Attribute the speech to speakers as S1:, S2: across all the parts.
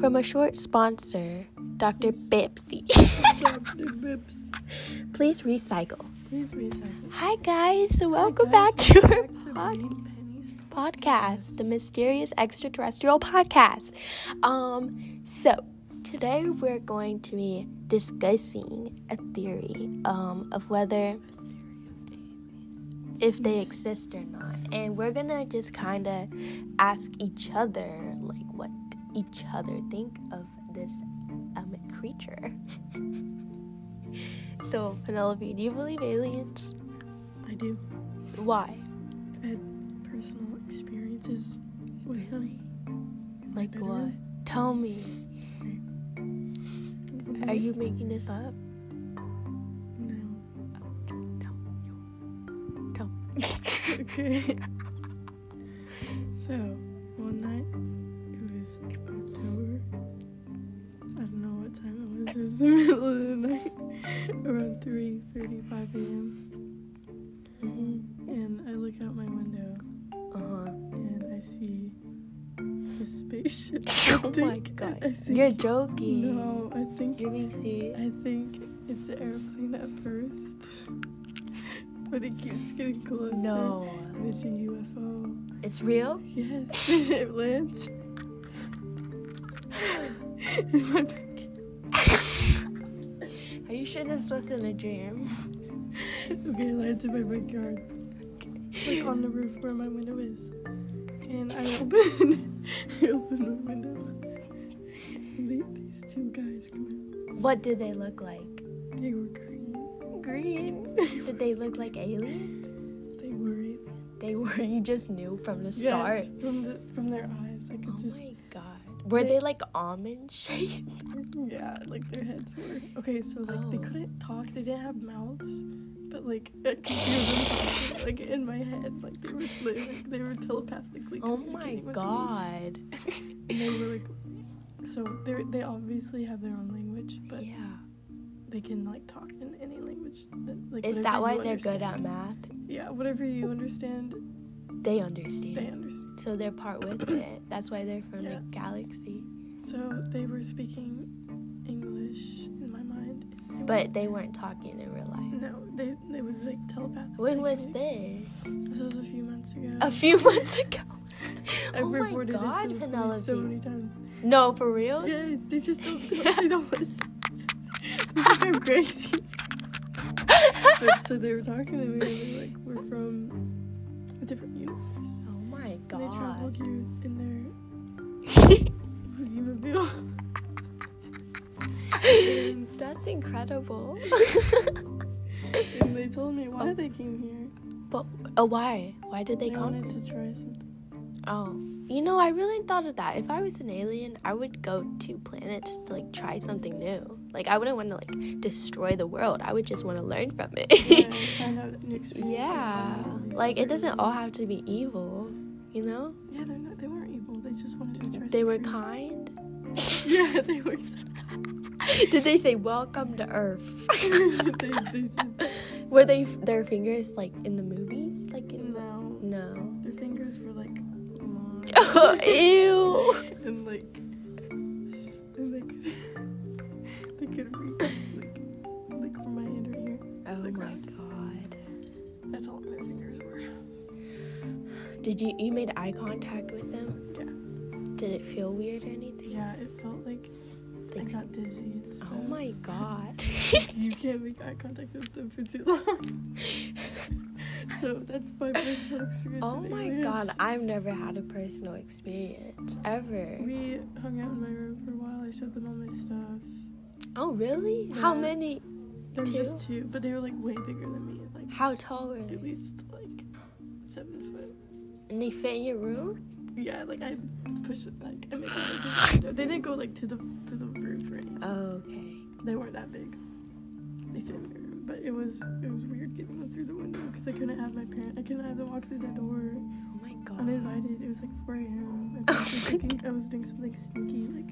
S1: from a short sponsor, Dr. Bipsy.
S2: Dr. Bips.
S1: Please recycle.
S2: Please recycle.
S1: Hi, guys. Welcome
S2: guys,
S1: back to our
S2: Back to
S1: pod-
S2: reading pennies.
S1: podcast, the Mysterious Extraterrestrial Podcast. Um, so today we're going to be discussing a theory um, of whether if they exist or not. And we're gonna just kind of ask each other, like, what each other think of this um, creature. so, Penelope, do you believe aliens?
S2: I do.
S1: Why?
S2: I've had personal experiences with them.
S1: Like
S2: Better?
S1: what? Tell me. Are you making this up?
S2: No.
S1: Tell.
S2: Okay. so, one night, it was October. I don't know what time it was. It was the middle of the night, around 3.35 a.m.
S1: Mm-hmm.
S2: And I look out my window
S1: Uh
S2: and I see a spaceship.
S1: huh.
S2: I
S1: Oh my
S2: think- I
S1: god.
S2: think-
S1: You're joking.
S2: No, I think
S1: You're being serious.
S2: I think it's an airplane at first, but it keeps getting closer.
S1: No.
S2: And it's a UFO.
S1: It's real?
S2: Yes, it lands. In my backyard.
S1: Are you sure this wasn't a dream?
S2: okay, it lands in my backyard. Like on the roof where my window is. And I open, I open the window. And they, these two guys come
S1: What did they look like?
S2: out. They were green.
S1: Green. Did they look like aliens?
S2: They were aliens.
S1: They were. You just knew from the start.
S2: Yes, from the from their eyes. I could
S1: Oh
S2: just
S1: my god. Were they like almond shaped?
S2: Yeah, like their heads were. Okay, so like they
S1: Oh.
S2: couldn't talk. They didn't have mouths, but like I could hear them talking, like in my head, like they were they were, they were telepathically.
S1: Oh my
S2: communicating with me.
S1: god.
S2: And they were like, so they they obviously have their own language, but
S1: Yeah.
S2: they can like talk in any language. That, like
S1: Is
S2: whatever
S1: that
S2: you
S1: why they're
S2: understand.
S1: good at math?
S2: Yeah, whatever you understand,
S1: They understand.
S2: they understand.
S1: So they're part with it. That's why they're from the
S2: Yeah.
S1: galaxy.
S2: So they were speaking English in my mind. It
S1: But they weren't talking in real
S2: was-
S1: life.
S2: no, they they was like telepathic.
S1: When was
S2: communicating.
S1: this?
S2: This was a few months ago.
S1: A few months ago.
S2: I've
S1: oh my
S2: reported
S1: God,
S2: it to the
S1: Penelope.
S2: police so many times.
S1: No, for real?
S2: Yes, they just don't. They don't listen. They think I'm crazy. But, so they were talking to me. and they were like, "We're from a different universe.
S1: oh my
S2: And They traveled
S1: god.
S2: you in their Oldsmobile." and,
S1: That's incredible.
S2: and they told me why they came here.
S1: but oh, why? Why did they,
S2: They
S1: come?
S2: wanted to try something.
S1: Oh, you know, I really thought of that. If I was an alien, I would go to planets to like try something new. Like I wouldn't want to like destroy the world. I would just want to learn from
S2: Yeah,
S1: it.
S2: find out new experiences.
S1: yeah,
S2: and all these
S1: like it
S2: other
S1: doesn't all
S2: worlds.
S1: have to be evil, you know?
S2: Yeah, they're not. They weren't evil. They just wanted to try.
S1: They were
S2: something.
S1: kind.
S2: Yeah, they were. so-
S1: Did they say welcome to Earth?
S2: they, they said,
S1: were they their fingers like in the movies? Like in the
S2: no,
S1: no.
S2: their fingers were like long
S1: Ew.
S2: and like, and they could, they could reach like, like from my hand right here.
S1: Oh my god.
S2: That's all my fingers were.
S1: Did you you made eye contact with them? Yeah. Did it feel weird or anything?
S2: Yeah, it felt like I
S1: Like,
S2: got dizzy and stuff.
S1: Oh my god.
S2: You can't make eye contact with them for too long. so that's my personal experience.
S1: oh
S2: with
S1: my
S2: aliens.
S1: god, I've never had a personal experience ever.
S2: We hung out in my room for a while. I showed them all my stuff.
S1: Oh really? How
S2: Yeah.
S1: many?
S2: There
S1: Two?
S2: were just two, but they were like way bigger than me. Like
S1: How tall were
S2: at
S1: they?
S2: least like seven foot.
S1: And they fit in your room?
S2: Yeah, like I pushed it like I made it like, no, they didn't go like to the to the roof or anything.
S1: Oh, okay.
S2: They weren't that big. They fit in my room, but it was it was weird getting them through the window because I couldn't have my parent. I couldn't have them walk through the door
S1: Oh my god.
S2: uninvited. It was like 4 a.m. I was, like, thinking I was doing something sneaky like.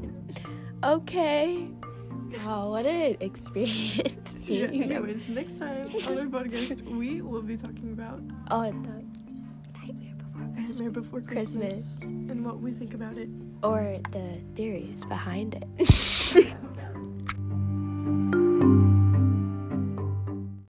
S2: you know.
S1: Okay. Wow, what an experience.
S2: Yeah,
S1: You know?
S2: anyways, next time on our podcast, we will be talking about
S1: Oh, the nightmare before
S2: Nightmare Before Christmas,
S1: Christmas
S2: and what we think about it.
S1: or the theories behind it.